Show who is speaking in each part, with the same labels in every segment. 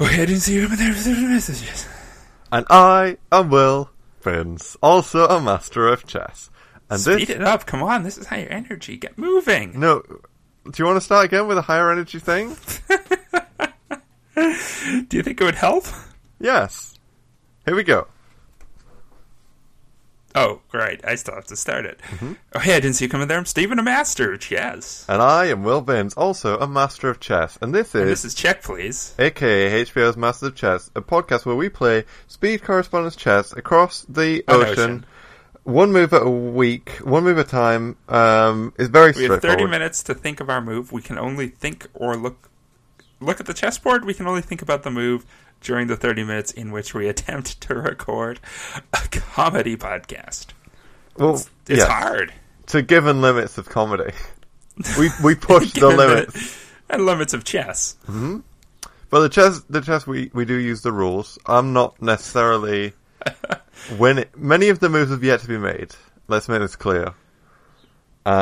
Speaker 1: I didn't see you but there were messages.
Speaker 2: And I am Will Prince, also a master of chess. And
Speaker 1: Speed
Speaker 2: this
Speaker 1: it up. Come on. This is higher energy. Get moving.
Speaker 2: no do you want to start again with a higher energy thing?
Speaker 1: Do you think it would help?
Speaker 2: yes. Here we go.
Speaker 1: Oh, right. I still have to start it.
Speaker 2: Mm-hmm.
Speaker 1: Oh, hey, I didn't see you coming there. I'm Stephen, a master. Yes.
Speaker 2: And I am Will Vince, also a master of chess. And this is
Speaker 1: This is Check, please.
Speaker 2: aka HBO's Master of Chess, a podcast where we play speed correspondence chess across the
Speaker 1: An
Speaker 2: ocean,
Speaker 1: ocean.
Speaker 2: one move at a week, one move at a time. Um, it's very
Speaker 1: We have 30
Speaker 2: straightforward.
Speaker 1: minutes to think of our move. We can only think or look look at the chessboard. We can only think about the move during the 30 minutes in which we attempt to record a comedy podcast.
Speaker 2: Well,
Speaker 1: It's
Speaker 2: yes,
Speaker 1: hard.
Speaker 2: to given limits of comedy, we we push the
Speaker 1: Given
Speaker 2: limits.
Speaker 1: And limits of chess.
Speaker 2: But the chess, the chess, we, we do use the rules. I'm not necessarily when it, many of the moves have yet to be made. Let's make this clear. And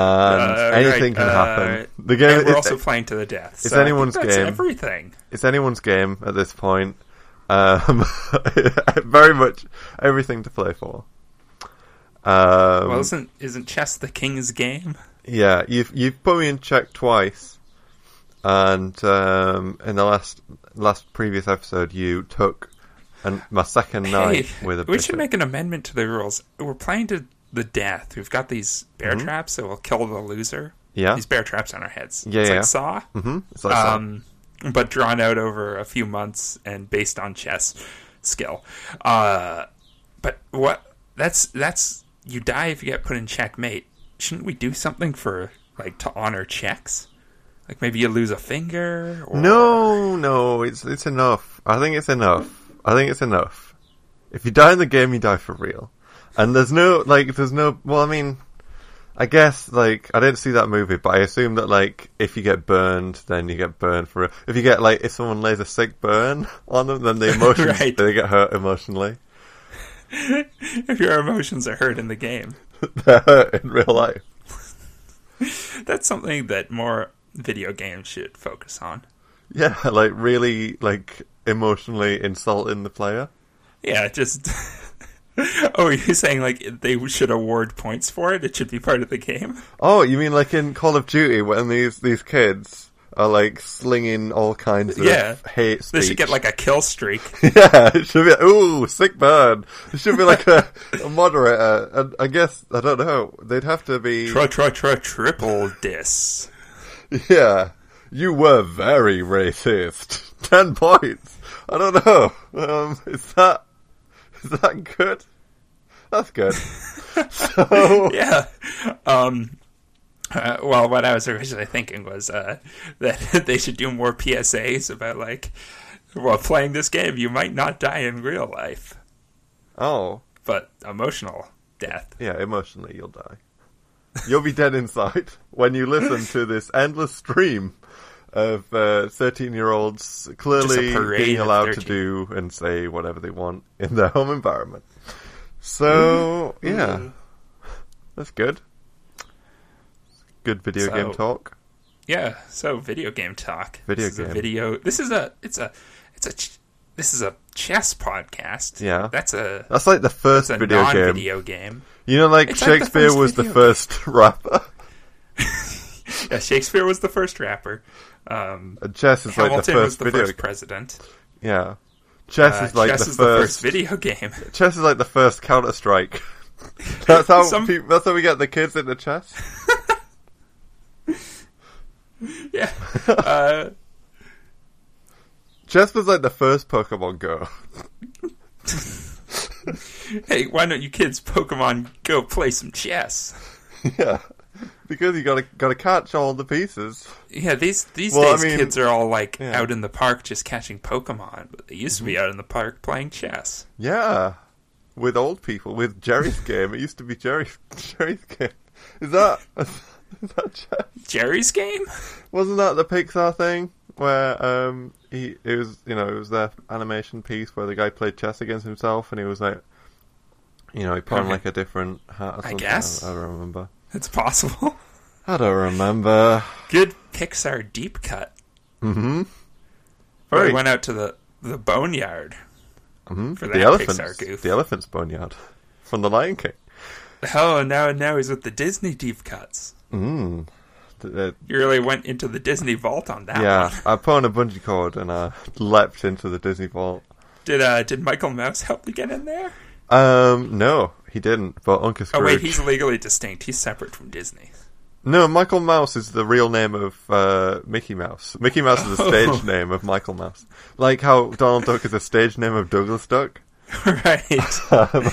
Speaker 1: Uh,
Speaker 2: Um, anything
Speaker 1: right,
Speaker 2: can happen.
Speaker 1: uh,
Speaker 2: The game
Speaker 1: and we're
Speaker 2: is,
Speaker 1: also playing to the death. It's
Speaker 2: anyone's
Speaker 1: that's
Speaker 2: game.
Speaker 1: Everything.
Speaker 2: it's anyone's game at this point. Um, very much everything to play for. Um,
Speaker 1: Well, isn't isn't chess the king's game?
Speaker 2: yeah, you've you've put me in check twice, and um, in the last last previous episode, you took an, my second knight
Speaker 1: Hey,
Speaker 2: with a
Speaker 1: we
Speaker 2: bishop.
Speaker 1: should make an amendment to the rules. We're playing to the death. We've got these bear traps that will kill the loser.
Speaker 2: Mm-hmm. Yeah.
Speaker 1: these bear traps on our heads.
Speaker 2: Yeah,
Speaker 1: it's
Speaker 2: yeah.
Speaker 1: like Saw,
Speaker 2: hmm It's like that.
Speaker 1: um, but drawn out over a few months and based on chess skill. Uh, but what? That's that's you die if you get put in checkmate. Shouldn't we do something for like to honor checks? Like maybe you lose a finger. Or...
Speaker 2: No, no, it's it's enough. I think it's enough. I think it's enough. If you die in the game, you die for real. And there's no like, there's no. Well, I mean, I guess like I didn't see that movie, but I assume that like if you get burned, then you get burned for real. If you get like if someone lays a sick burn on them, then the emotions
Speaker 1: Right.
Speaker 2: they get hurt emotionally.
Speaker 1: if your emotions are hurt in the game.
Speaker 2: They're hurt in real life.
Speaker 1: That's something that more video games should focus on.
Speaker 2: Yeah, like really like emotionally insulting the player.
Speaker 1: Yeah, it just. oh, you're saying like they should award points for it? It should be part of the game.
Speaker 2: Oh, you mean like in Call of Duty when these these kids are like slinging all kinds of
Speaker 1: Yeah.
Speaker 2: hate
Speaker 1: They
Speaker 2: speech?
Speaker 1: should get like a kill streak.
Speaker 2: yeah, it should be like, ooh sick burn. It should be like a, a moderator. And I guess I don't know. They'd have to be
Speaker 1: Try, try, try, triple dis.
Speaker 2: yeah. You were very racist. Ten points. I don't know. Um, is that is that good? That's good. so
Speaker 1: Yeah. Um. uh, well, what I was originally thinking was uh, that they should do more PSAs about like, while playing this game, you might not die in real life,
Speaker 2: oh
Speaker 1: but emotional death.
Speaker 2: Yeah, emotionally, you'll die. You'll be dead inside when you listen to this endless stream of uh, thirteen-year-olds clearly
Speaker 1: Just a parade
Speaker 2: being
Speaker 1: of
Speaker 2: allowed to
Speaker 1: 13.
Speaker 2: do and say whatever they want in their home environment. So
Speaker 1: Mm-hmm.
Speaker 2: yeah, that's good. Good video
Speaker 1: So-
Speaker 2: game talk.
Speaker 1: Yeah, so video game talk.
Speaker 2: Video
Speaker 1: this Is
Speaker 2: game.
Speaker 1: a video. This is a. It's a. It's a. ch- This is a chess podcast.
Speaker 2: Yeah.
Speaker 1: That's a.
Speaker 2: That's like the first
Speaker 1: It's a
Speaker 2: video game.
Speaker 1: non-video game.
Speaker 2: You know, like
Speaker 1: It's like the
Speaker 2: Shakespeare
Speaker 1: first
Speaker 2: was the
Speaker 1: video
Speaker 2: first rapper.
Speaker 1: Yeah, Shakespeare was the first rapper. Um,
Speaker 2: and Chess is like the
Speaker 1: Hamilton
Speaker 2: first
Speaker 1: was the
Speaker 2: video.
Speaker 1: first president.
Speaker 2: yeah, chess
Speaker 1: Uh,
Speaker 2: is like
Speaker 1: chess
Speaker 2: the
Speaker 1: is the
Speaker 2: first
Speaker 1: first video game.
Speaker 2: Chess is like the first Counter Strike. that's how
Speaker 1: Some-
Speaker 2: peop that's how we get the kids into chess.
Speaker 1: yeah. Uh,
Speaker 2: Chess was like the first Pokemon Go.
Speaker 1: hey, why don't you kids Pokemon go play some chess?
Speaker 2: yeah, because you gotta gotta catch all the pieces.
Speaker 1: Yeah, these these
Speaker 2: Well, I
Speaker 1: days
Speaker 2: mean-
Speaker 1: kids are all like
Speaker 2: yeah. Mm-hmm.
Speaker 1: out in the park just catching Pokemon, but they used to be out in the park playing chess.
Speaker 2: Yeah, with old people, with Jerry's game. It used to be Jerry's Jerry's game. Is that? Is that chess?
Speaker 1: Jerry's game?
Speaker 2: Wasn't that the Pixar thing where um he it was you know it was their animation piece where the guy played chess against himself and he was like you know he put on
Speaker 1: Okay.
Speaker 2: like a different hat or
Speaker 1: I
Speaker 2: something.
Speaker 1: guess.
Speaker 2: I don't remember.
Speaker 1: It's possible.
Speaker 2: I don't remember.
Speaker 1: Good Pixar deep cut.
Speaker 2: Mm-hmm.
Speaker 1: Or
Speaker 2: Very-
Speaker 1: went out to the, the boneyard.
Speaker 2: hmm
Speaker 1: For
Speaker 2: the
Speaker 1: that
Speaker 2: elephants,
Speaker 1: Pixar goof.
Speaker 2: the elephants boneyard from the Lion King.
Speaker 1: Oh, and now now he's with the Disney deep cuts.
Speaker 2: Mm. Th- th-
Speaker 1: You really went into the Disney vault on that.
Speaker 2: yeah,
Speaker 1: one.
Speaker 2: I put on a bungee cord and I leapt into the Disney vault.
Speaker 1: Did uh did Michael Mouse help you get in there?
Speaker 2: Um, no, he didn't. But
Speaker 1: Oh
Speaker 2: Uncle Scrooge.
Speaker 1: wait, he's legally distinct. He's separate from Disney.
Speaker 2: No, Michael Mouse is the real name of uh, Mickey Mouse. Mickey Mouse is the stage
Speaker 1: Oh.
Speaker 2: name of Michael Mouse. Like how Donald Duck is the stage name of Douglas Duck.
Speaker 1: right.
Speaker 2: Um,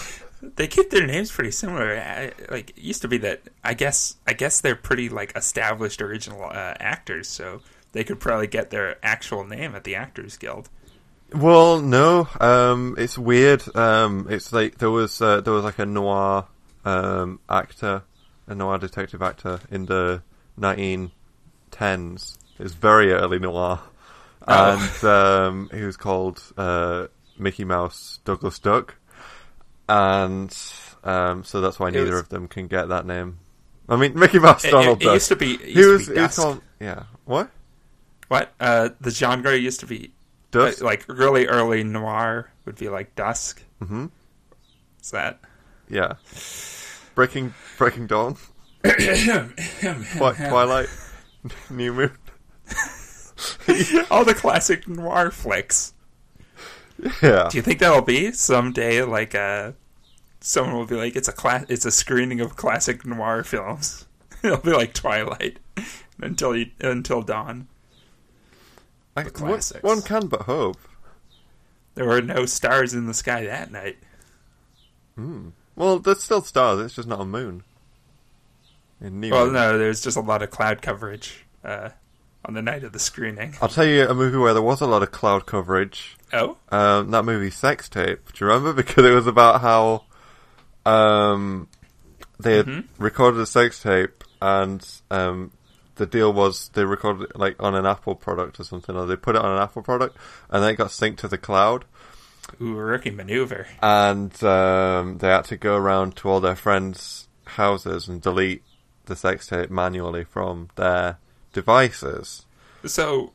Speaker 1: They keep their names pretty similar. I, like it used to be that I guess I guess they're pretty like established original uh, actors, so they could probably get their actual name at the Actors Guild.
Speaker 2: well, no, um, it's weird. Um, it's like there was uh, there was like a noir um, actor, a noir detective actor in the 1910s. It's very early noir,
Speaker 1: Oh.
Speaker 2: and um, he was called uh, Mickey Mouse Douglas Duck. and um, so that's why neither
Speaker 1: was-
Speaker 2: of them can get that name. I mean, Mickey Mouse,
Speaker 1: It-
Speaker 2: Donald
Speaker 1: it, it
Speaker 2: Duck.
Speaker 1: used to be. It used
Speaker 2: he was,
Speaker 1: to be
Speaker 2: he was
Speaker 1: Dusk.
Speaker 2: called, yeah. What?
Speaker 1: What uh, the genre used to be uh,
Speaker 2: Dusk?
Speaker 1: like really early noir would be like dusk.
Speaker 2: hmm
Speaker 1: Is that?
Speaker 2: Yeah. Breaking, Breaking Dawn, Twi- Twilight, New Moon.
Speaker 1: All the classic noir flicks.
Speaker 2: Yeah.
Speaker 1: Do you think that'll be someday? Like, uh, someone will be like, "It's a class. It's a screening of classic noir films." It'll be like Twilight until you, until dawn.
Speaker 2: I-
Speaker 1: the
Speaker 2: one,
Speaker 1: classics.
Speaker 2: one can but hope.
Speaker 1: There were no stars in the sky that night.
Speaker 2: Well, there's still stars. It's just not a moon. In New
Speaker 1: Well,
Speaker 2: Moon.
Speaker 1: no, there's just a lot of cloud coverage uh, on the night of the screening.
Speaker 2: I'll tell you a movie where there was a lot of cloud coverage.
Speaker 1: Oh,
Speaker 2: um, that movie Sex Tape. Do you remember? Because it was about how um, they had recorded a sex tape, and um, the deal was they recorded it like on an Apple product or something, or they put it on an Apple product, and then it got synced to the cloud,
Speaker 1: ooh, rookie maneuver.
Speaker 2: and um, they had to go around to all their friends' houses and delete the sex tape manually from their devices.
Speaker 1: So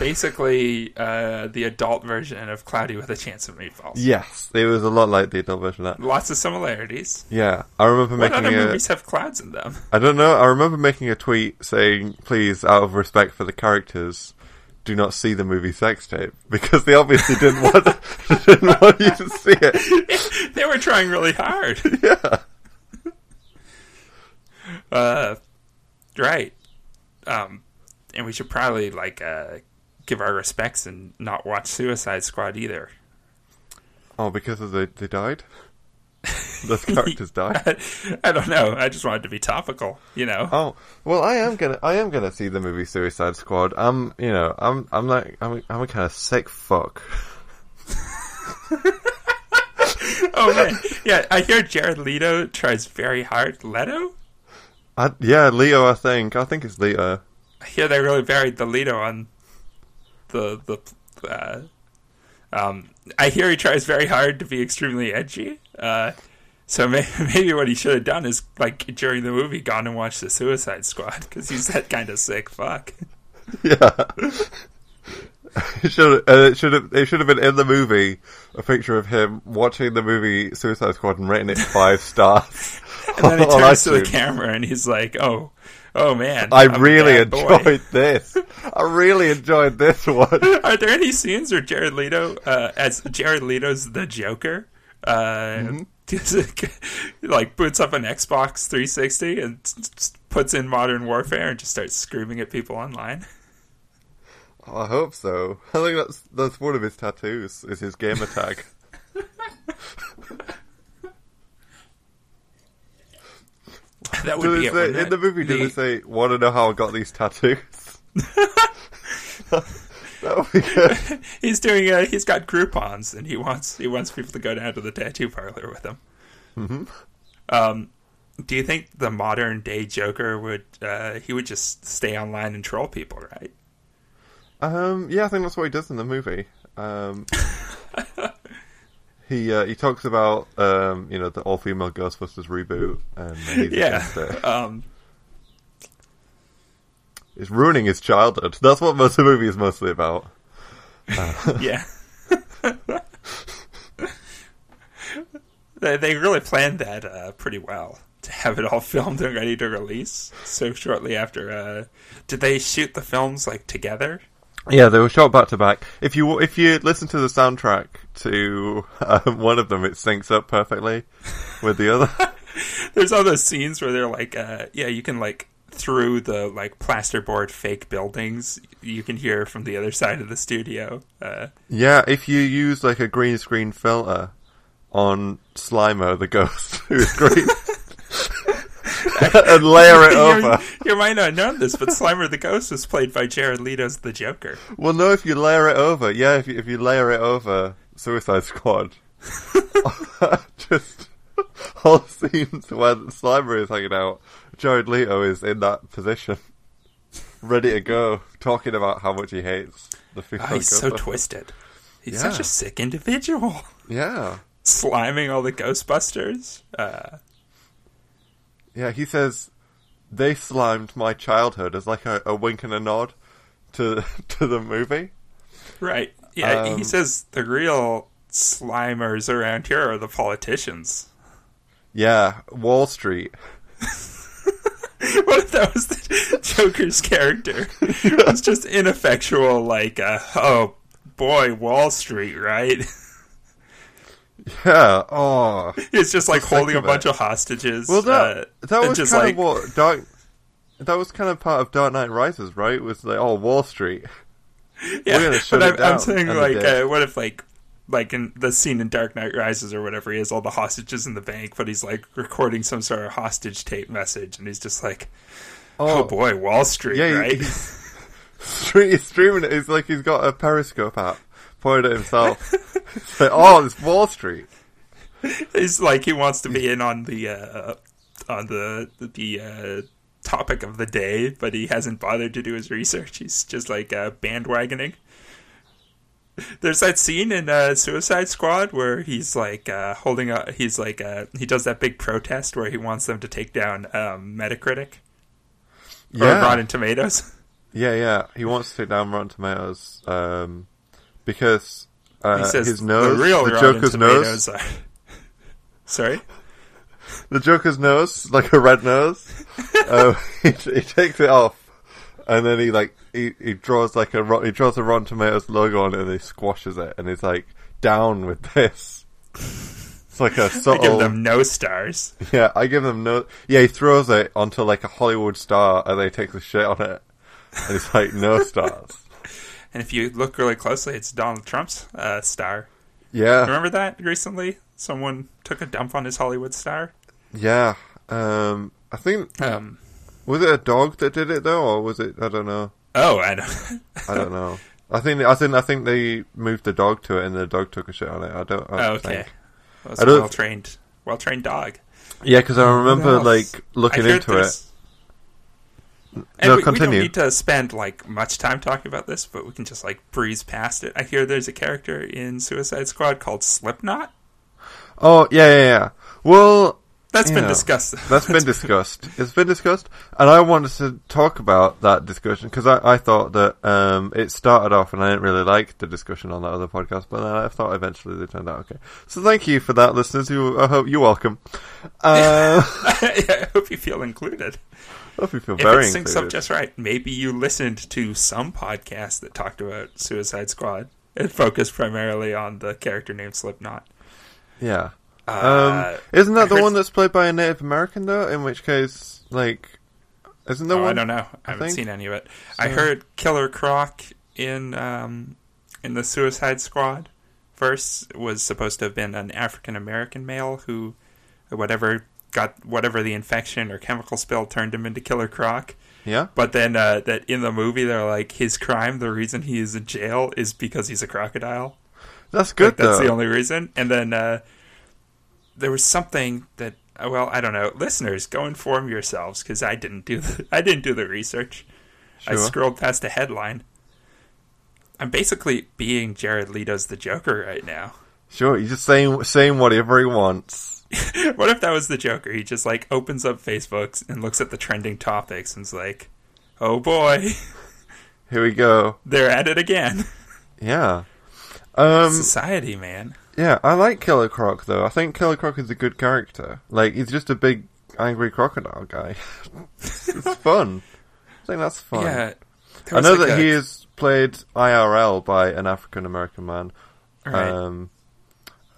Speaker 1: basically, uh, the adult version of Cloudy with a Chance of Meatballs.
Speaker 2: Yes, it was a lot like the adult version of that.
Speaker 1: Lots of similarities.
Speaker 2: Yeah, I remember
Speaker 1: What
Speaker 2: making
Speaker 1: other
Speaker 2: a,
Speaker 1: movies have clouds in them?
Speaker 2: I don't know. I remember making a tweet saying, "Please, out of respect for the characters, do not see the movie Sex Tape because they obviously didn't want didn't want you to see it."
Speaker 1: they were trying really hard.
Speaker 2: Yeah,
Speaker 1: Uh, right. Um, and we should probably like uh, give our respects and not watch Suicide Squad either.
Speaker 2: oh, because of the they died. Those characters died.
Speaker 1: I don't know. I just wanted to be topical, you know.
Speaker 2: Oh well, I am gonna I am gonna see the movie Suicide Squad. I'm you know I'm I'm like I'm I'm a kind of sick fuck.
Speaker 1: Oh man, yeah. I hear Jared Leto tries very hard. Leto?
Speaker 2: I, yeah, Leo. I think I think it's Leo.
Speaker 1: I hear they really buried the Leto on the the. Uh, um, I hear he tries very hard to be extremely edgy. Uh, so may- maybe what he should have done is like during the movie, gone and watched the Suicide Squad because he's that kind of sick fuck.
Speaker 2: Yeah. It should uh, it should have it should have been in the movie a picture of him watching the movie Suicide Squad and rating it five stars.
Speaker 1: And then he
Speaker 2: on
Speaker 1: turns to the
Speaker 2: iTunes.
Speaker 1: camera and he's like, "Oh, oh man,
Speaker 2: I
Speaker 1: I'm a
Speaker 2: really
Speaker 1: bad boy."
Speaker 2: enjoyed this. I really enjoyed this one.
Speaker 1: Are there any scenes where Jared Leto, uh, as Jared Leto's the Joker, uh, like boots up an Xbox 360 and s- s- puts in Modern Warfare and just starts screaming at people online?
Speaker 2: I hope so. I think that's that's one of his tattoos is his gamer tag.
Speaker 1: That would
Speaker 2: Do
Speaker 1: be
Speaker 2: they
Speaker 1: it.
Speaker 2: say,
Speaker 1: wouldn't
Speaker 2: in the
Speaker 1: it?
Speaker 2: movie, do they say, "Want to know how I got these tattoos"? that would be good.
Speaker 1: he's doing. uh he's got Groupon's
Speaker 2: Mm-hmm.
Speaker 1: and he wants he wants people to go down to the tattoo parlor with him. Um, do you think the modern day Joker would uh, he would just stay online and troll people, right?
Speaker 2: Um, yeah, I think that's what he does in the movie. Um, he uh, he talks about um, you know the all female Ghostbusters reboot, and he's
Speaker 1: Yeah.
Speaker 2: against it.
Speaker 1: Um,
Speaker 2: It's ruining his childhood. That's what most of the movie is mostly about.
Speaker 1: yeah. they, they really planned that uh, pretty well to have it all filmed and ready to release so shortly after. Uh, did they shoot the films like together?
Speaker 2: Yeah, they were shot back to back. If you if you listen to the soundtrack to um, one of them, it syncs up perfectly with the other.
Speaker 1: There's all those scenes where they're like, uh, yeah, you can like through the like plasterboard fake buildings, you can hear from the other side of the studio. Uh,
Speaker 2: yeah, if you use like a green screen filter on Slimer the ghost who is green and layer it
Speaker 1: you,
Speaker 2: over.
Speaker 1: you might not have known this, but Slimer the Ghost was played by Jared Leto's the Joker.
Speaker 2: Well, no, if you layer it over, yeah, if you, if you layer it over Suicide Squad, just whole scenes where Slimer is hanging out, Jared Leto is in that position, ready to go, talking about how much he hates the female.
Speaker 1: Oh, he's so
Speaker 2: Ghostbuster.
Speaker 1: twisted. He's
Speaker 2: Yeah.
Speaker 1: such a sick individual.
Speaker 2: yeah,
Speaker 1: Sliming all the Ghostbusters. Uh,
Speaker 2: yeah. He says they slimed my childhood as like a, a wink and a nod to to the movie.
Speaker 1: right. Yeah, he
Speaker 2: Um,
Speaker 1: says the real Slimers around here are the politicians.
Speaker 2: Yeah, Wall Street.
Speaker 1: What if that was the Joker's character? It was just ineffectual, like, uh, oh boy, Wall Street, right?
Speaker 2: Yeah. Oh.
Speaker 1: It's just like
Speaker 2: Just think
Speaker 1: holding a
Speaker 2: of
Speaker 1: bunch
Speaker 2: it.
Speaker 1: of hostages.
Speaker 2: Well, that
Speaker 1: uh,
Speaker 2: that
Speaker 1: and
Speaker 2: was
Speaker 1: just
Speaker 2: kind
Speaker 1: like,
Speaker 2: of what Dark. That was kind of part of Dark Knight Rises, right? Was like, oh, Wall Street.
Speaker 1: yeah,
Speaker 2: gonna shut
Speaker 1: but
Speaker 2: it
Speaker 1: I'm, I'm
Speaker 2: down,
Speaker 1: saying
Speaker 2: and they
Speaker 1: like,
Speaker 2: did.
Speaker 1: uh, what if like, like in the scene in Dark Knight Rises or whatever, he has all the hostages in the bank, but he's like recording some sort of hostage tape message, and he's just like, oh, boy, Wall Street,
Speaker 2: Yeah, he-
Speaker 1: right?
Speaker 2: he's- Street, he's streaming it. It's like he's got a Periscope app pointed at himself. it's like, oh, it's Wall Street.
Speaker 1: It's like he wants to be in on the uh, on the the uh, topic of the day, but he hasn't bothered to do his research. He's just like uh, bandwagoning. There's that scene in uh, Suicide Squad where he's like uh, holding up. He's like uh, he does that big protest where he wants them to take down um, Metacritic or
Speaker 2: Yeah,
Speaker 1: Rotten Tomatoes.
Speaker 2: yeah, yeah. He wants to take down Rotten Tomatoes um, because uh,
Speaker 1: He says
Speaker 2: his nose,
Speaker 1: the real Rotten
Speaker 2: Joker's nose,
Speaker 1: Tomatoes are. Sorry.
Speaker 2: the Joker's nose, like a red nose. um, he, he takes it off, and then he like he, he draws like a Ro- he draws a Rotten Tomatoes logo on it, and he squashes it, and he's like down with this. It's like a
Speaker 1: I give
Speaker 2: subtle.
Speaker 1: them no stars.
Speaker 2: yeah, I give them no. Yeah, he throws it onto like a Hollywood star, and they take the shit on it, and it's like no stars.
Speaker 1: And if you look really closely, it's Donald Trump's uh, star.
Speaker 2: Yeah,
Speaker 1: Remember that recently? Someone took a dump on his Hollywood star.
Speaker 2: yeah. Um, I think
Speaker 1: Um,
Speaker 2: was it a dog that did it though, or was it? I don't know.
Speaker 1: oh, I don't.
Speaker 2: I don't know. I think I think I think they moved the dog to it, and the dog took a shit on it. I don't. I
Speaker 1: Oh,
Speaker 2: don't
Speaker 1: okay.
Speaker 2: Think.
Speaker 1: Well,
Speaker 2: I
Speaker 1: it's a
Speaker 2: don't-
Speaker 1: well trained, well trained dog.
Speaker 2: Yeah, because I remember
Speaker 1: else?
Speaker 2: like looking
Speaker 1: I heard
Speaker 2: into it.
Speaker 1: there's- And
Speaker 2: No,
Speaker 1: we, we
Speaker 2: continue.
Speaker 1: don't need to spend like much time talking about this, but we can just like breeze past it. I hear there's a character in Suicide Squad called Slipknot.
Speaker 2: Oh yeah, yeah, yeah. Well,
Speaker 1: That's been
Speaker 2: Yeah.
Speaker 1: discussed.
Speaker 2: that's been discussed. It's been discussed, and I wanted to talk about that discussion because I, I thought that um, it started off, and I didn't really like the discussion on that other podcast, but then I thought eventually they turned out okay. So thank you for that, listeners. You, I hope you're welcome. Uh,
Speaker 1: I hope you feel included.
Speaker 2: hope you feel
Speaker 1: if
Speaker 2: very
Speaker 1: it syncs up
Speaker 2: included.
Speaker 1: just right, maybe you listened to some podcast that talked about Suicide Squad and focused primarily on the character named Slipknot.
Speaker 2: yeah.
Speaker 1: Uh,
Speaker 2: um, isn't that
Speaker 1: I
Speaker 2: the
Speaker 1: heard-
Speaker 2: one that's played by a Native American though? In which case, like, isn't there
Speaker 1: oh, I
Speaker 2: one?
Speaker 1: don't know. I haven't
Speaker 2: think-
Speaker 1: seen any of it. I
Speaker 2: so-
Speaker 1: heard Killer Croc in um, in the Suicide Squad verse was supposed to have been an African American male who, whatever got whatever the infection or chemical spill turned him into Killer Croc.
Speaker 2: Yeah.
Speaker 1: But then uh, that in the movie they're like his crime, the reason he is in jail is because he's a crocodile.
Speaker 2: That's
Speaker 1: Like,
Speaker 2: good
Speaker 1: that's
Speaker 2: though.
Speaker 1: the only reason. And then uh, there was something that well, I don't know. Listeners, go inform yourselves because I didn't do the, I didn't do the research. I
Speaker 2: Sure.
Speaker 1: scrolled past a headline. I'm basically being Jared Leto's the Joker right now.
Speaker 2: Sure, he's just saying saying whatever he wants.
Speaker 1: what if that was the Joker? He just like opens up Facebooks and looks at the trending topics and's like, "Oh boy,
Speaker 2: Here we go.
Speaker 1: they're at it again."
Speaker 2: Yeah. Um.
Speaker 1: Society, man.
Speaker 2: Yeah, I like Killer Croc though. I think Killer Croc is a good character. Like he's just a big angry crocodile guy. it's fun. I think that's fun.
Speaker 1: Yeah. There
Speaker 2: I
Speaker 1: was,
Speaker 2: know
Speaker 1: like,
Speaker 2: that
Speaker 1: a-
Speaker 2: he is played IRL by an African American man.
Speaker 1: Right.
Speaker 2: Um,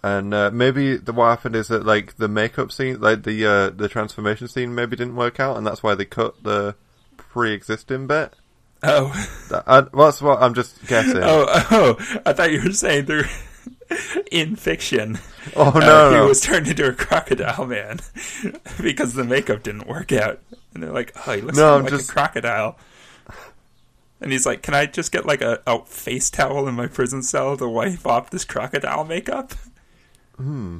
Speaker 2: and uh, maybe the, what happened is that like the makeup scene, like the uh, the transformation scene, maybe didn't work out, and that's why they cut the pre-existing bit.
Speaker 1: Oh.
Speaker 2: That, I, well, that's what I'm just guessing. oh,
Speaker 1: Oh, oh! I thought you were saying there. In fiction,
Speaker 2: no,
Speaker 1: uh, he
Speaker 2: Oh, no.
Speaker 1: was turned into a crocodile man because the makeup didn't work out, and they're like, "Oh, he looks
Speaker 2: No, I'm
Speaker 1: like
Speaker 2: just-
Speaker 1: a crocodile." And he's like, "Can I just get like a, a face towel in my prison cell to wipe off this crocodile makeup?" Hmm.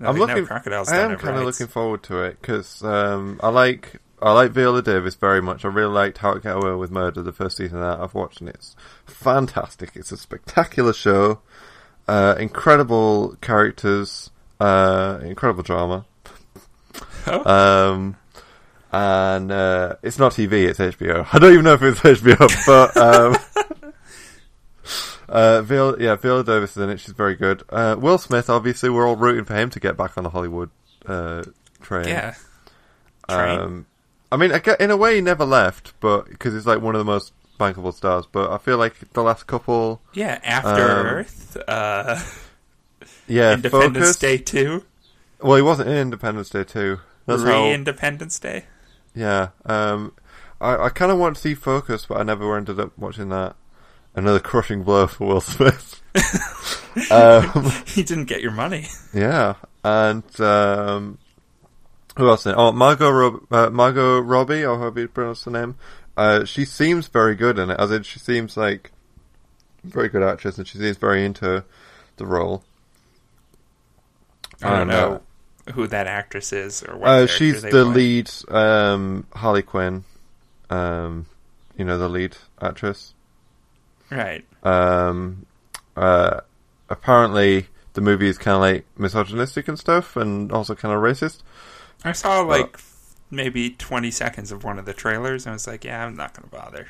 Speaker 2: I'm looking.
Speaker 1: crocodiles.
Speaker 2: I
Speaker 1: don't
Speaker 2: am
Speaker 1: have
Speaker 2: kind of
Speaker 1: rights.
Speaker 2: looking forward to it because um, I like I like Viola Davis very much. I really liked How It Got Away with Murder, the first season of that I've watched, and it's fantastic. It's a spectacular show, uh, incredible characters, uh, incredible drama,
Speaker 1: Oh.
Speaker 2: um, and uh, it's not TV, it's HBO. I don't even know if it's HBO, but. Um, Uh, Viola, yeah, Viola Davis is in it. She's very good. Uh, Will Smith, obviously, we're all rooting for him to get back on the Hollywood uh, train.
Speaker 1: yeah. Train.
Speaker 2: Um, I mean, I get- in a way, he never left, but because he's like one of the most bankable stars. But I feel like the last couple,
Speaker 1: yeah. After
Speaker 2: um,
Speaker 1: Earth, uh,
Speaker 2: yeah,
Speaker 1: Independence
Speaker 2: focus.
Speaker 1: Day two,
Speaker 2: Well, he wasn't in Independence Day too. That's how-
Speaker 1: re-Independence Day.
Speaker 2: Yeah. Um, I, I kind of want to see Focus, but I never ended up watching that. Another crushing blow for Will Smith. um,
Speaker 1: He didn't get your money.
Speaker 2: Yeah, and um, who else? in it? Oh, Margot Rob- uh, Margot Robbie, or however you pronounce the name. Uh, she seems very good in it. As in, she seems like a very good actress, and she seems very into the role.
Speaker 1: I don't
Speaker 2: And,
Speaker 1: know who that actress is or
Speaker 2: Uh,
Speaker 1: what.
Speaker 2: uh,
Speaker 1: character
Speaker 2: she's
Speaker 1: they
Speaker 2: the
Speaker 1: play.
Speaker 2: lead um, Harley Quinn. Um, you know the lead actress.
Speaker 1: right?
Speaker 2: um, uh, apparently the movie is kind of like misogynistic and stuff, and also kind of racist.
Speaker 1: I saw like maybe twenty seconds of one of the trailers, and I was like, "Yeah, I'm not going to bother."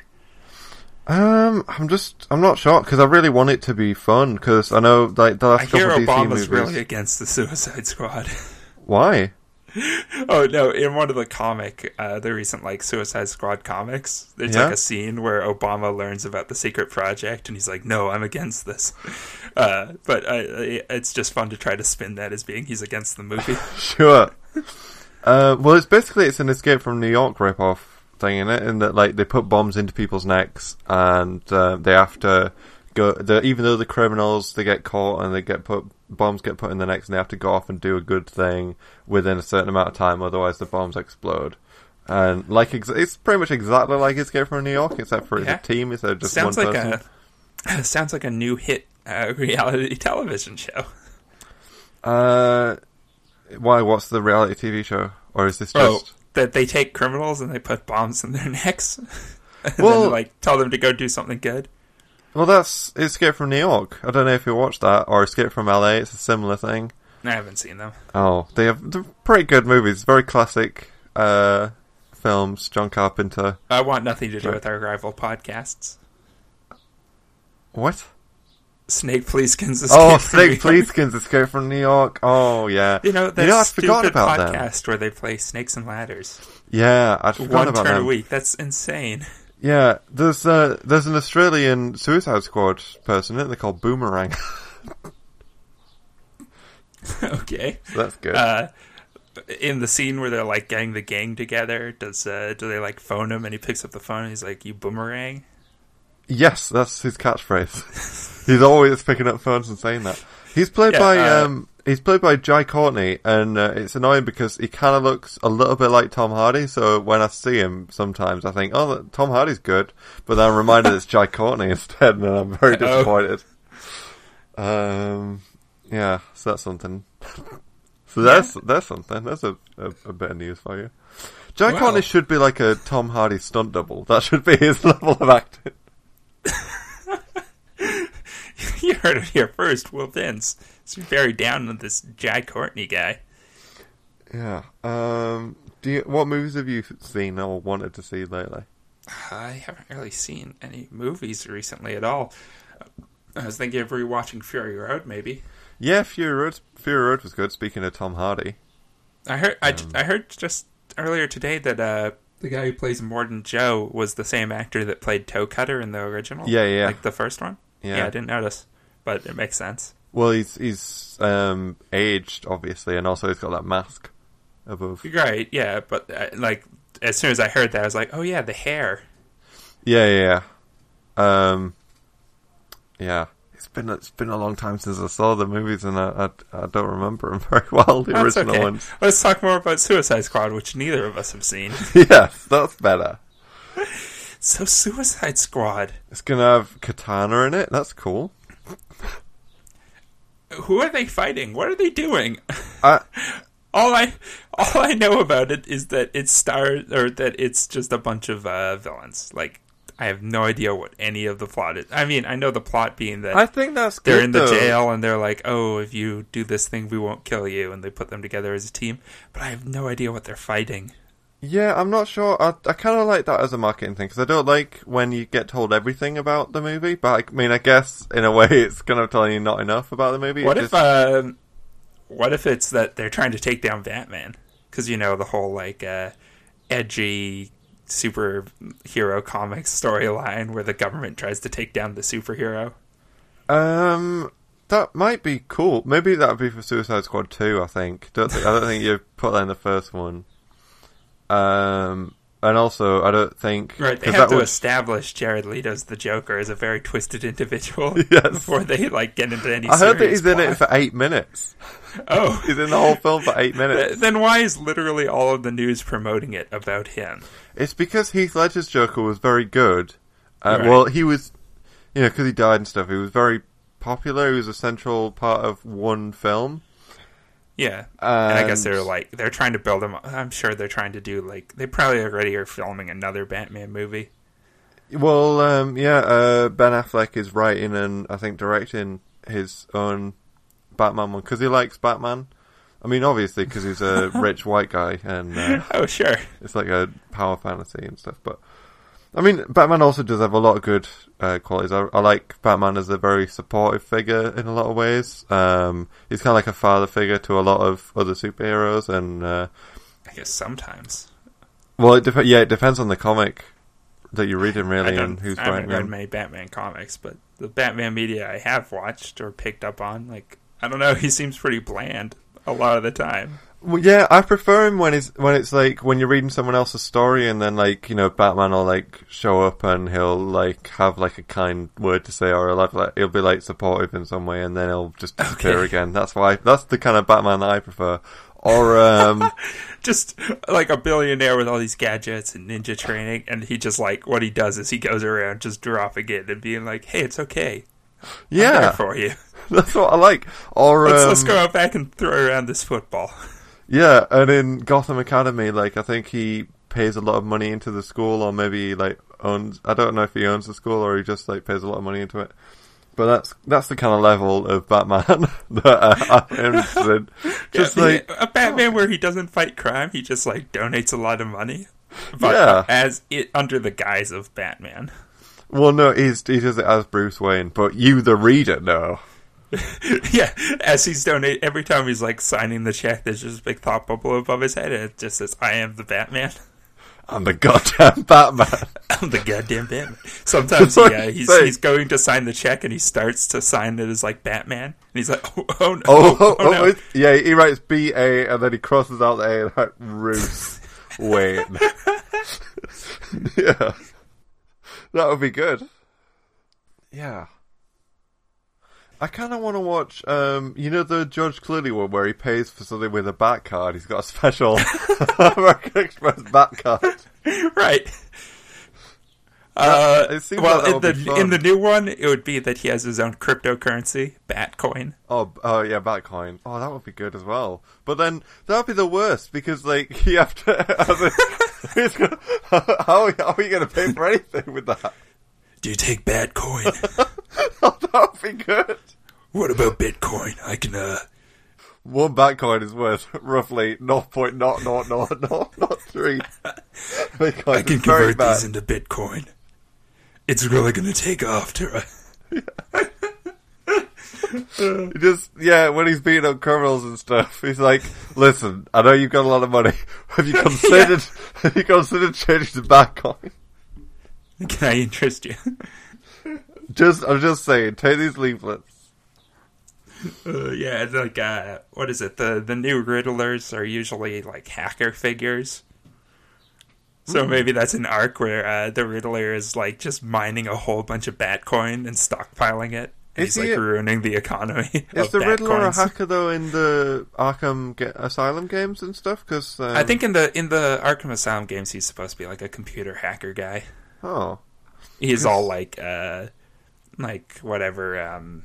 Speaker 2: Um, I'm just, I'm not sure because I really want it to be fun because I know like the last
Speaker 1: I
Speaker 2: couple
Speaker 1: hear
Speaker 2: DC
Speaker 1: Obama's
Speaker 2: movies.
Speaker 1: really against the Suicide Squad.
Speaker 2: Why?
Speaker 1: oh no! In one of the comic, uh, the recent like Suicide Squad comics, there's
Speaker 2: Yeah?
Speaker 1: like a scene where Obama learns about the secret project, and he's like, "No, I'm against this." Uh, but I, I, it's just fun to try to spin that as being he's against the movie.
Speaker 2: Sure. Uh, well, it's basically it's an Escape from New York rip-off thing in it, in that like they put bombs into people's necks and uh, they have to go. The, even though the criminals they get caught and they get put bombs get put in the necks, and they have to go off and do a good thing within a certain amount of time, otherwise the bombs explode. And like ex- it's pretty much exactly like Escape from New York, except for it's
Speaker 1: Yeah.
Speaker 2: a team instead of just
Speaker 1: sounds
Speaker 2: one
Speaker 1: like
Speaker 2: person.
Speaker 1: a sounds like a new hit uh, reality television show.
Speaker 2: Uh, why? What's the reality TV show? Or is this
Speaker 1: Oh,
Speaker 2: just?
Speaker 1: that they take criminals and they put bombs in their necks, and
Speaker 2: Well-
Speaker 1: then, like tell them to go do something good.
Speaker 2: Well, that's Escape from New York. I don't know if you watched that or Escape from LA. It's a similar thing.
Speaker 1: I haven't seen them.
Speaker 2: Oh, they have they're pretty good movies. Very classic uh, films. John Carpenter.
Speaker 1: I want nothing to do
Speaker 2: Right.
Speaker 1: with our rival podcasts.
Speaker 2: What?
Speaker 1: Snake Plissken's Escape
Speaker 2: oh,
Speaker 1: from
Speaker 2: Snake
Speaker 1: New York.
Speaker 2: Plissken's Escape from New York. Oh yeah.
Speaker 1: You know that
Speaker 2: I forgot
Speaker 1: stupid
Speaker 2: about them.
Speaker 1: podcast where they play snakes and ladders
Speaker 2: Yeah, I forgot
Speaker 1: one
Speaker 2: about
Speaker 1: turn a
Speaker 2: them.
Speaker 1: week. That's insane.
Speaker 2: Yeah, there's uh, there's an Australian Suicide Squad person, isn't they? Called Boomerang.
Speaker 1: okay.
Speaker 2: that's good.
Speaker 1: Uh, in the scene where they're like getting the gang together, does uh, do they like phone him and he picks up the phone and he's like, "You boomerang."
Speaker 2: Yes, that's his catchphrase. he's always picking up phones and saying that. He's played
Speaker 1: Yeah,
Speaker 2: by
Speaker 1: uh,
Speaker 2: um, he's played by Jai Courtney, and uh, it's annoying because he kind of looks a little bit like Tom Hardy. So when I see him, sometimes I think, "Oh, that- Tom Hardy's good," but then I'm reminded it's Jai Courtney instead, and I'm very
Speaker 1: Uh-oh.
Speaker 2: disappointed. Um, yeah, so that's something. So that's that's something. That's a, a, a bit of news for you. Jack
Speaker 1: Wow.
Speaker 2: Cornish should be like a Tom Hardy stunt double. That should be his level of acting.
Speaker 1: you heard it here first. Will Vince is very down with this Jai Courtney guy.
Speaker 2: Yeah. Um. Do you, what movies have you seen or wanted to see lately?
Speaker 1: I haven't really seen any movies recently at all. I was thinking of rewatching Fury Road, maybe.
Speaker 2: Yeah, Fury Road. Fury Road was good. Speaking of Tom Hardy,
Speaker 1: I heard. I, j- I heard just earlier today that uh, Um, the guy who plays Morden Joe was the same actor that played Toe Cutter in the original.
Speaker 2: Yeah, yeah.
Speaker 1: like the first one.
Speaker 2: Yeah.
Speaker 1: I didn't notice, but it makes sense.
Speaker 2: well, he's he's um aged obviously, and also he's got that mask above.
Speaker 1: Right? Yeah, but uh, like as soon as I heard that, I was like, oh yeah, the hair.
Speaker 2: Yeah, yeah, yeah. Um, yeah. It's been it's been a long time since I saw the movies, and I I, I don't remember them very well. The
Speaker 1: That's
Speaker 2: original
Speaker 1: okay.
Speaker 2: ones.
Speaker 1: Let's talk more about Suicide Squad, which neither of us have seen.
Speaker 2: yes, that's better.
Speaker 1: so Suicide Squad,
Speaker 2: It's gonna have Katana in it. That's cool.
Speaker 1: who are they fighting? What are they doing?
Speaker 2: I,
Speaker 1: all I all I know about it is that it's star or that it's just a bunch of uh, villains. Like I have no idea what any of the plot is. I mean, I know the plot being that
Speaker 2: I think that's good.
Speaker 1: they're in the
Speaker 2: though.
Speaker 1: jail and they're like, "Oh, if you do this thing, we won't kill you," and they put them together as a team. But I have no idea what they're fighting.
Speaker 2: Yeah, I'm not sure. I, I kind of like that as a marketing thing because I don't like when you get told everything about the movie. But I mean, I guess in a way, it's kind of telling you not enough about the movie.
Speaker 1: What
Speaker 2: It
Speaker 1: if
Speaker 2: just-
Speaker 1: um, what if it's that they're trying to take down Batman? Because you know the whole like uh, edgy superhero comics storyline where the government tries to take down the superhero.
Speaker 2: Um, that might be cool. Maybe that would be for Suicide Squad 2, I think. Don't think I don't think you put that in the first one. Um, and also, I don't think.
Speaker 1: Right, they
Speaker 2: 'cause
Speaker 1: have
Speaker 2: that
Speaker 1: to
Speaker 2: was,
Speaker 1: establish Jared Leto's the Joker as a very twisted individual
Speaker 2: Yes.
Speaker 1: before they like get into any.
Speaker 2: I heard that
Speaker 1: serious
Speaker 2: he's in
Speaker 1: plot.
Speaker 2: it for eight minutes.
Speaker 1: Oh,
Speaker 2: He's in the whole film for eight
Speaker 1: Th-
Speaker 2: minutes.
Speaker 1: then why is literally all of the news promoting it about him?
Speaker 2: It's because Heath Ledger's Joker was very good. Uh,
Speaker 1: Right.
Speaker 2: Well, he was, you know, because he died and stuff. He was very popular. He was a central part of one film.
Speaker 1: Yeah, and I guess
Speaker 2: And-
Speaker 1: they're like they're trying to build him. up. I'm sure they're trying to do like they probably already are filming another Batman movie.
Speaker 2: Well, um, yeah, uh, Ben Affleck is writing and I think directing his own Batman one because he likes Batman. I mean, obviously, because he's a rich white guy and uh,
Speaker 1: Oh sure,
Speaker 2: it's like a power fantasy and stuff. But I mean, Batman also does have a lot of good uh, qualities. I, I like Batman as a very supportive figure in a lot of ways. Um, he's kind of like a father figure to a lot of other superheroes, and uh,
Speaker 1: I guess sometimes
Speaker 2: well, it dep- yeah, it depends on the comic that you're reading, really,
Speaker 1: I
Speaker 2: and
Speaker 1: don't.
Speaker 2: who's
Speaker 1: I
Speaker 2: writing
Speaker 1: haven't read
Speaker 2: them.
Speaker 1: many Batman comics, but the Batman media I have watched or picked up on, like I don't know, he seems pretty bland a lot of the time.
Speaker 2: Well, yeah, I prefer him when it's when it's like when you're reading someone else's story, and then like you know Batman will like show up and he'll like have like a kind word to say, or he'll have, like he'll be like supportive in some way, and then he'll just disappear
Speaker 1: Okay.
Speaker 2: again. That's why that's the kind of Batman that I prefer. Or um,
Speaker 1: just like a billionaire with all these gadgets and ninja training and he just like what he does is he goes around just dropping it and being like hey it's okay I'm there
Speaker 2: yeah,
Speaker 1: for you
Speaker 2: that's what I like. Or
Speaker 1: let's,
Speaker 2: um,
Speaker 1: let's go out back and throw around this football
Speaker 2: Yeah, and in Gotham Academy, like I think he pays a lot of money into the school, or maybe he, like owns. I don't know if he owns the school or he just like pays a lot of money into it. But that's that's the kind of level of Batman that uh, I'm interested. in. Just
Speaker 1: Yeah,
Speaker 2: like
Speaker 1: a batman where he doesn't fight crime he just like donates a lot of money but
Speaker 2: Yeah.
Speaker 1: as it under the guise of batman
Speaker 2: well, no, he's he does it as Bruce Wayne, but you, the reader, know.
Speaker 1: yeah as he's donate every time he's like signing the check there's just a big thought bubble above his head and it just says i am the batman
Speaker 2: I'm the goddamn Batman.
Speaker 1: I'm the goddamn Batman. Sometimes
Speaker 2: That's what
Speaker 1: yeah,
Speaker 2: I'm
Speaker 1: he's
Speaker 2: saying.
Speaker 1: he's going to sign the check and he starts to sign it as like Batman, and he's like, oh, oh no,
Speaker 2: Oh,
Speaker 1: oh,
Speaker 2: oh,
Speaker 1: no.
Speaker 2: it- yeah, he writes B A and then he crosses out the A and like Bruce Wayne. yeah, that would be good. Yeah, I kind of want to watch. Um, you know the George Clooney one where he pays for something with a bat card. He's got a special American Express bat card.
Speaker 1: right. Uh,
Speaker 2: it seems
Speaker 1: well,
Speaker 2: like
Speaker 1: in
Speaker 2: that would be
Speaker 1: the
Speaker 2: fun.
Speaker 1: in the new one, it would be that he has his own cryptocurrency, Batcoin.
Speaker 2: Oh, b- oh yeah, Bitcoin. Oh, that would be good as well. But then that would be the worst because like you have to. Who's gonna, how, how are we going to pay for anything with that?
Speaker 1: Do you take Batcoin?
Speaker 2: Oh, that would be good.
Speaker 1: what about Bitcoin? I can uh,
Speaker 2: One Bitcoin is worth roughly 0.00003 Bitcoin.
Speaker 1: I can
Speaker 2: It's very
Speaker 1: convert
Speaker 2: bad.
Speaker 1: these into Bitcoin. It's really gonna take off, Tara.
Speaker 2: He just yeah, when he's beating up criminals and stuff, he's like, "Listen, I know you've got a lot of money. Have you considered? Have you considered changing to Bitcoin?
Speaker 1: Can I interest you?
Speaker 2: Just, I'm just saying, take these leaflets.
Speaker 1: Uh, yeah, it's like uh, what is it? The the new Riddlers are usually like hacker figures. So maybe that's an arc where uh, the Riddler is like just mining a whole bunch of Batcoin and stockpiling it. And
Speaker 2: Is
Speaker 1: he's
Speaker 2: he
Speaker 1: like
Speaker 2: a-
Speaker 1: ruining the economy.
Speaker 2: Is
Speaker 1: of
Speaker 2: the Riddler
Speaker 1: Batcoins.
Speaker 2: a hacker though in the Arkham ga- Asylum games and stuff? Because um,
Speaker 1: I think in the in the Arkham Asylum games, he's supposed to be like a computer hacker guy.
Speaker 2: oh,
Speaker 1: He's all like, uh, like whatever, um,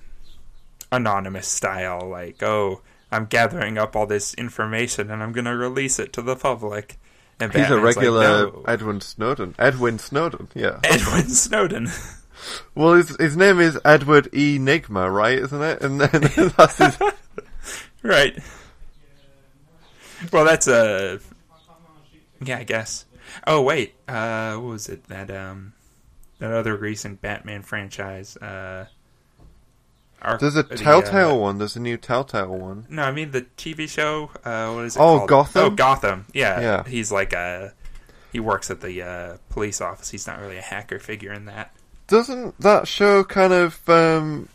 Speaker 1: anonymous style. Like, oh, I'm gathering up all this information and I'm gonna release it to the public. And
Speaker 2: he's a
Speaker 1: Batman's like,
Speaker 2: regular
Speaker 1: "No,
Speaker 2: Edwin Snowden. Edwin Snowden, yeah.
Speaker 1: Edwin Snowden.
Speaker 2: Well, his his name is Edward E. Nigma, right? Isn't it? And then that's his.
Speaker 1: right. Well, that's a. Yeah, I guess. Oh wait, uh, what was it that um, that other recent Batman franchise? Uh, Ar-
Speaker 2: There's a
Speaker 1: the, uh,
Speaker 2: Telltale one. There's a new Telltale one.
Speaker 1: No, I mean the TV show. Uh, what is it?
Speaker 2: Oh,
Speaker 1: called?
Speaker 2: Gotham?
Speaker 1: Oh, Gotham. Yeah,
Speaker 2: Yeah.
Speaker 1: He's like a. He works at the uh, police office. He's not really a hacker figure in that.
Speaker 2: doesn't that show kind of um,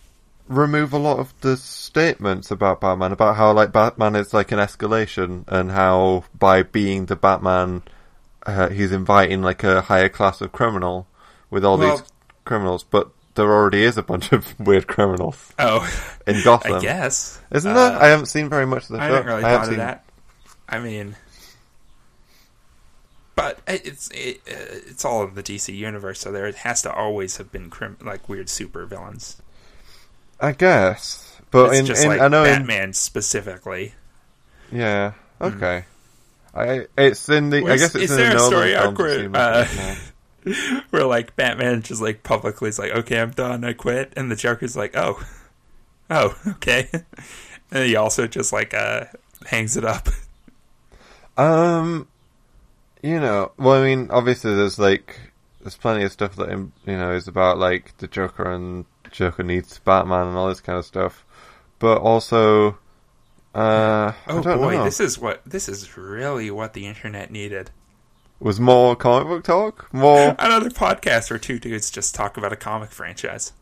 Speaker 2: remove a lot of the statements about Batman about how like Batman is like an escalation and how by being the Batman uh, he's inviting like a higher class of criminal with all
Speaker 1: Well-
Speaker 2: these criminals, but there already is a bunch of weird criminals
Speaker 1: Oh,
Speaker 2: in Gotham,
Speaker 1: I guess.
Speaker 2: isn't
Speaker 1: Uh,
Speaker 2: there? I haven't seen very much of the
Speaker 1: I
Speaker 2: show.
Speaker 1: haven't really
Speaker 2: I
Speaker 1: thought
Speaker 2: have
Speaker 1: of
Speaker 2: seen
Speaker 1: that. I mean, but it- it's it, uh, it's all in the DC universe, so there has to always have been crim- like weird supervillains.
Speaker 2: I guess, but
Speaker 1: it's
Speaker 2: in,
Speaker 1: just
Speaker 2: in
Speaker 1: like
Speaker 2: I know in
Speaker 1: Batman specifically.
Speaker 2: Yeah. Okay. I it's in the. I
Speaker 1: Was-
Speaker 2: guess it's
Speaker 1: is
Speaker 2: in
Speaker 1: there
Speaker 2: the
Speaker 1: a
Speaker 2: Nolan
Speaker 1: story
Speaker 2: films
Speaker 1: arc where,
Speaker 2: I've seen before,
Speaker 1: uh,
Speaker 2: yeah.
Speaker 1: Where like Batman just like publicly is like, okay, I'm done, I quit, and the Joker's like, oh, oh, okay, and he also just like uh hangs it up.
Speaker 2: Um, you know, well, I mean, obviously, there's like there's plenty of stuff that um, you know is about like the Joker and Joker needs Batman and all this kind of stuff, but also, uh,
Speaker 1: Oh
Speaker 2: I don't
Speaker 1: boy,
Speaker 2: know,
Speaker 1: this is what this is really what the internet needed.
Speaker 2: was more comic book talk, more
Speaker 1: Another podcast where two dudes just talk about a comic franchise.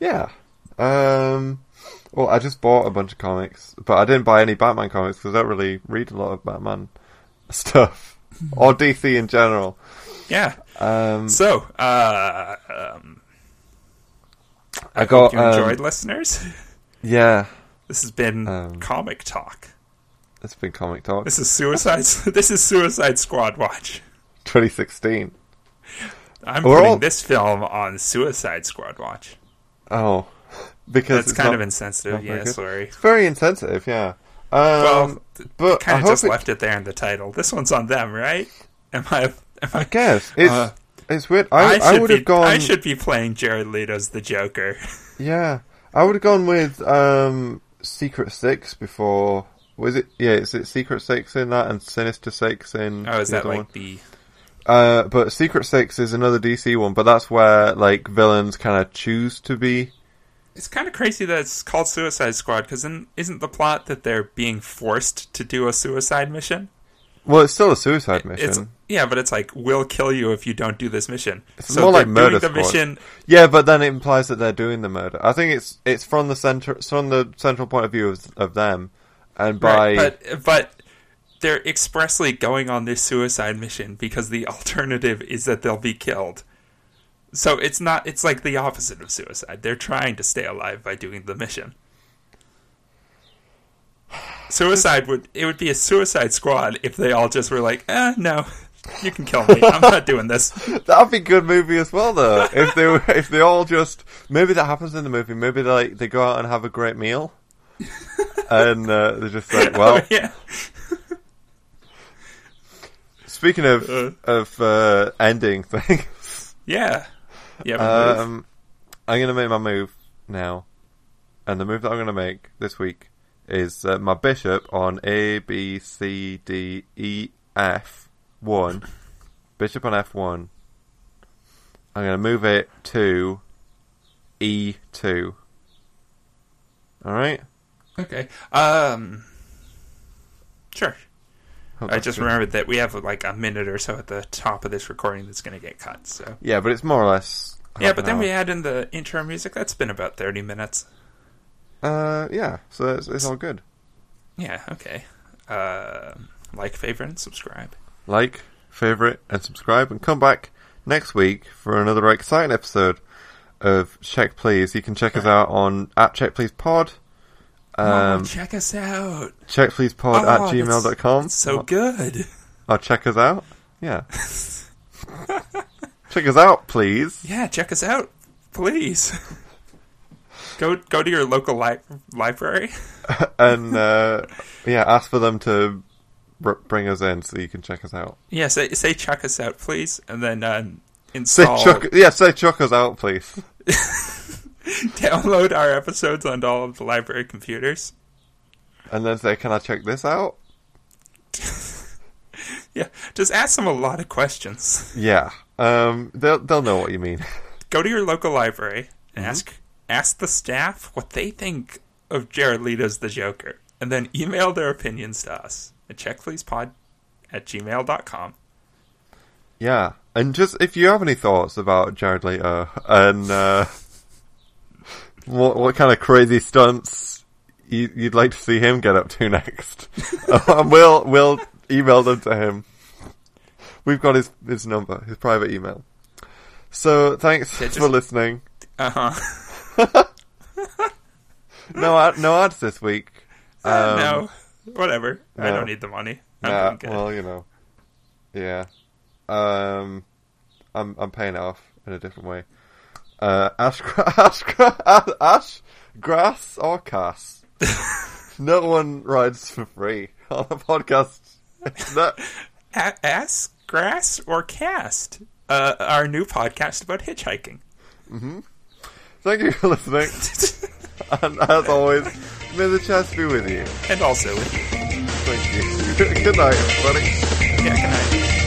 Speaker 2: yeah. Um, well, I just bought a bunch of comics, but I didn't buy any Batman comics because I don't really read a lot of Batman stuff or DC in general.
Speaker 1: Yeah.
Speaker 2: Um,
Speaker 1: So, uh, um,
Speaker 2: I
Speaker 1: hope
Speaker 2: got
Speaker 1: you enjoyed,
Speaker 2: um,
Speaker 1: listeners.
Speaker 2: yeah.
Speaker 1: This has been
Speaker 2: um,
Speaker 1: comic talk.
Speaker 2: It's been comic talk.
Speaker 1: This is suicide. this is Suicide Squad watch.
Speaker 2: 2016.
Speaker 1: I'm
Speaker 2: We're
Speaker 1: putting
Speaker 2: all-
Speaker 1: this film on Suicide Squad watch.
Speaker 2: Oh, because
Speaker 1: That's
Speaker 2: it's
Speaker 1: kind
Speaker 2: not-
Speaker 1: of
Speaker 2: not
Speaker 1: insensitive.
Speaker 2: very
Speaker 1: Yeah,
Speaker 2: good.
Speaker 1: sorry.
Speaker 2: It's very insensitive. Yeah. Um,
Speaker 1: Well, th-
Speaker 2: but I
Speaker 1: kind of
Speaker 2: hope
Speaker 1: just
Speaker 2: it-
Speaker 1: left it there in the title. This one's on them, right? Am I? Am I?
Speaker 2: I guess it's
Speaker 1: Uh,
Speaker 2: it's weird.
Speaker 1: I,
Speaker 2: I, I,
Speaker 1: should
Speaker 2: would
Speaker 1: be.
Speaker 2: have gone.
Speaker 1: I should be playing Jared Leto's the Joker.
Speaker 2: Yeah, I would have gone with um, Secret Six before. Was it? Yeah, is it Secret Six in that and Sinister Six in?
Speaker 1: Oh, is
Speaker 2: the
Speaker 1: that
Speaker 2: other
Speaker 1: like
Speaker 2: one?
Speaker 1: the?
Speaker 2: Uh, but Secret Six is another DC one, but that's where like villains kind of choose to be.
Speaker 1: It's kind of crazy that it's called Suicide Squad because isn't the plot that they're being forced to do a suicide mission?
Speaker 2: Well, it's still a suicide mission.
Speaker 1: It's yeah, but it's like we'll kill you if you don't do this mission.
Speaker 2: It's more like
Speaker 1: they're
Speaker 2: Murder
Speaker 1: doing the
Speaker 2: Squad.
Speaker 1: mission.
Speaker 2: Yeah, but then it implies that they're doing the murder. I think it's it's from the center, it's from the central point of view of, of them, and by
Speaker 1: Right, but but they're expressly going on this suicide mission because the alternative is that they'll be killed. So it's not it's like the opposite of suicide. They're trying to stay alive by doing the mission. Suicide would it would be a suicide squad if they all just were like, eh, no. You can kill me. I'm not doing this.
Speaker 2: That'd be a good movie as well, though. if they were, if they all just maybe that happens in the movie. Maybe they like, they go out and have a great meal, and uh, they're just like, well.
Speaker 1: Oh, yeah.
Speaker 2: Speaking of
Speaker 1: Uh.
Speaker 2: of uh, ending things,
Speaker 1: Yeah. You have a move?
Speaker 2: um, I'm gonna make my move now, and the move that I'm gonna make this week is uh, my bishop on A B C D E F one, bishop on F one. I'm gonna move it to E two. All right.
Speaker 1: Okay. Um. Sure.
Speaker 2: Hope
Speaker 1: I
Speaker 2: that's
Speaker 1: just
Speaker 2: good.
Speaker 1: remembered that we have like a minute or so at the top of this recording that's going to get cut. So
Speaker 2: Yeah, but it's more or less.
Speaker 1: yeah,
Speaker 2: half
Speaker 1: but
Speaker 2: an
Speaker 1: then
Speaker 2: hour.
Speaker 1: we add in the intro music. That's been about thirty minutes.
Speaker 2: Uh, yeah. So it's, it's all good.
Speaker 1: Yeah. Okay. Um like, favorite, and subscribe.
Speaker 2: like, favorite, and subscribe, and come back next week for another exciting episode of Check Please. You can check us out on at Check Please Pod,
Speaker 1: Oh,
Speaker 2: um,
Speaker 1: check us out.
Speaker 2: Check Please Pod at
Speaker 1: Oh, that's-
Speaker 2: gmail.com.
Speaker 1: that's so good.
Speaker 2: Or check us out. Yeah. check us out, please.
Speaker 1: Yeah, check us out, please. go go to your local li- library.
Speaker 2: And, uh, yeah, ask for them to r- bring us in so you can check us out.
Speaker 1: Yeah, say say check us out, please, and then um,
Speaker 2: Say
Speaker 1: install
Speaker 2: chuck, yeah, say chuck us out, please.
Speaker 1: download our episodes onto all of the library computers.
Speaker 2: And then say, can I check this out?
Speaker 1: Yeah, just ask them a lot of questions.
Speaker 2: Yeah. Um, they'll, they'll know what you mean.
Speaker 1: Go to your local library
Speaker 2: Mm-hmm.
Speaker 1: and ask ask the staff what they think of Jared Leto's the Joker, and then email their opinions to us at checkpleasepod at gmail.com.
Speaker 2: Yeah, and just if you have any thoughts about Jared Leto and uh, what what kind of crazy stunts you, you'd like to see him get up to next, um, we'll we'll email them to him. We've got his his number, his private email. So thanks
Speaker 1: Yeah, just-
Speaker 2: for listening.
Speaker 1: Uh
Speaker 2: Uh-huh.
Speaker 1: huh.
Speaker 2: No ad, no ads this week. Um,
Speaker 1: Uh, no, whatever. I
Speaker 2: no.
Speaker 1: don't need the money. I'm
Speaker 2: Yeah,
Speaker 1: doing good.
Speaker 2: well, you know, yeah. Um, I'm I'm paying it off in a different way. Uh, ash, gra- ash, gra- ash, ash, grass or cass. no one rides for free on a podcast. It's not-
Speaker 1: A- ask grass or cast. Uh, our new podcast about hitchhiking.
Speaker 2: Thank you for listening, and as always, may the chest be with you.
Speaker 1: and also,
Speaker 2: Thank you. Good night, everybody.
Speaker 1: yeah, good night.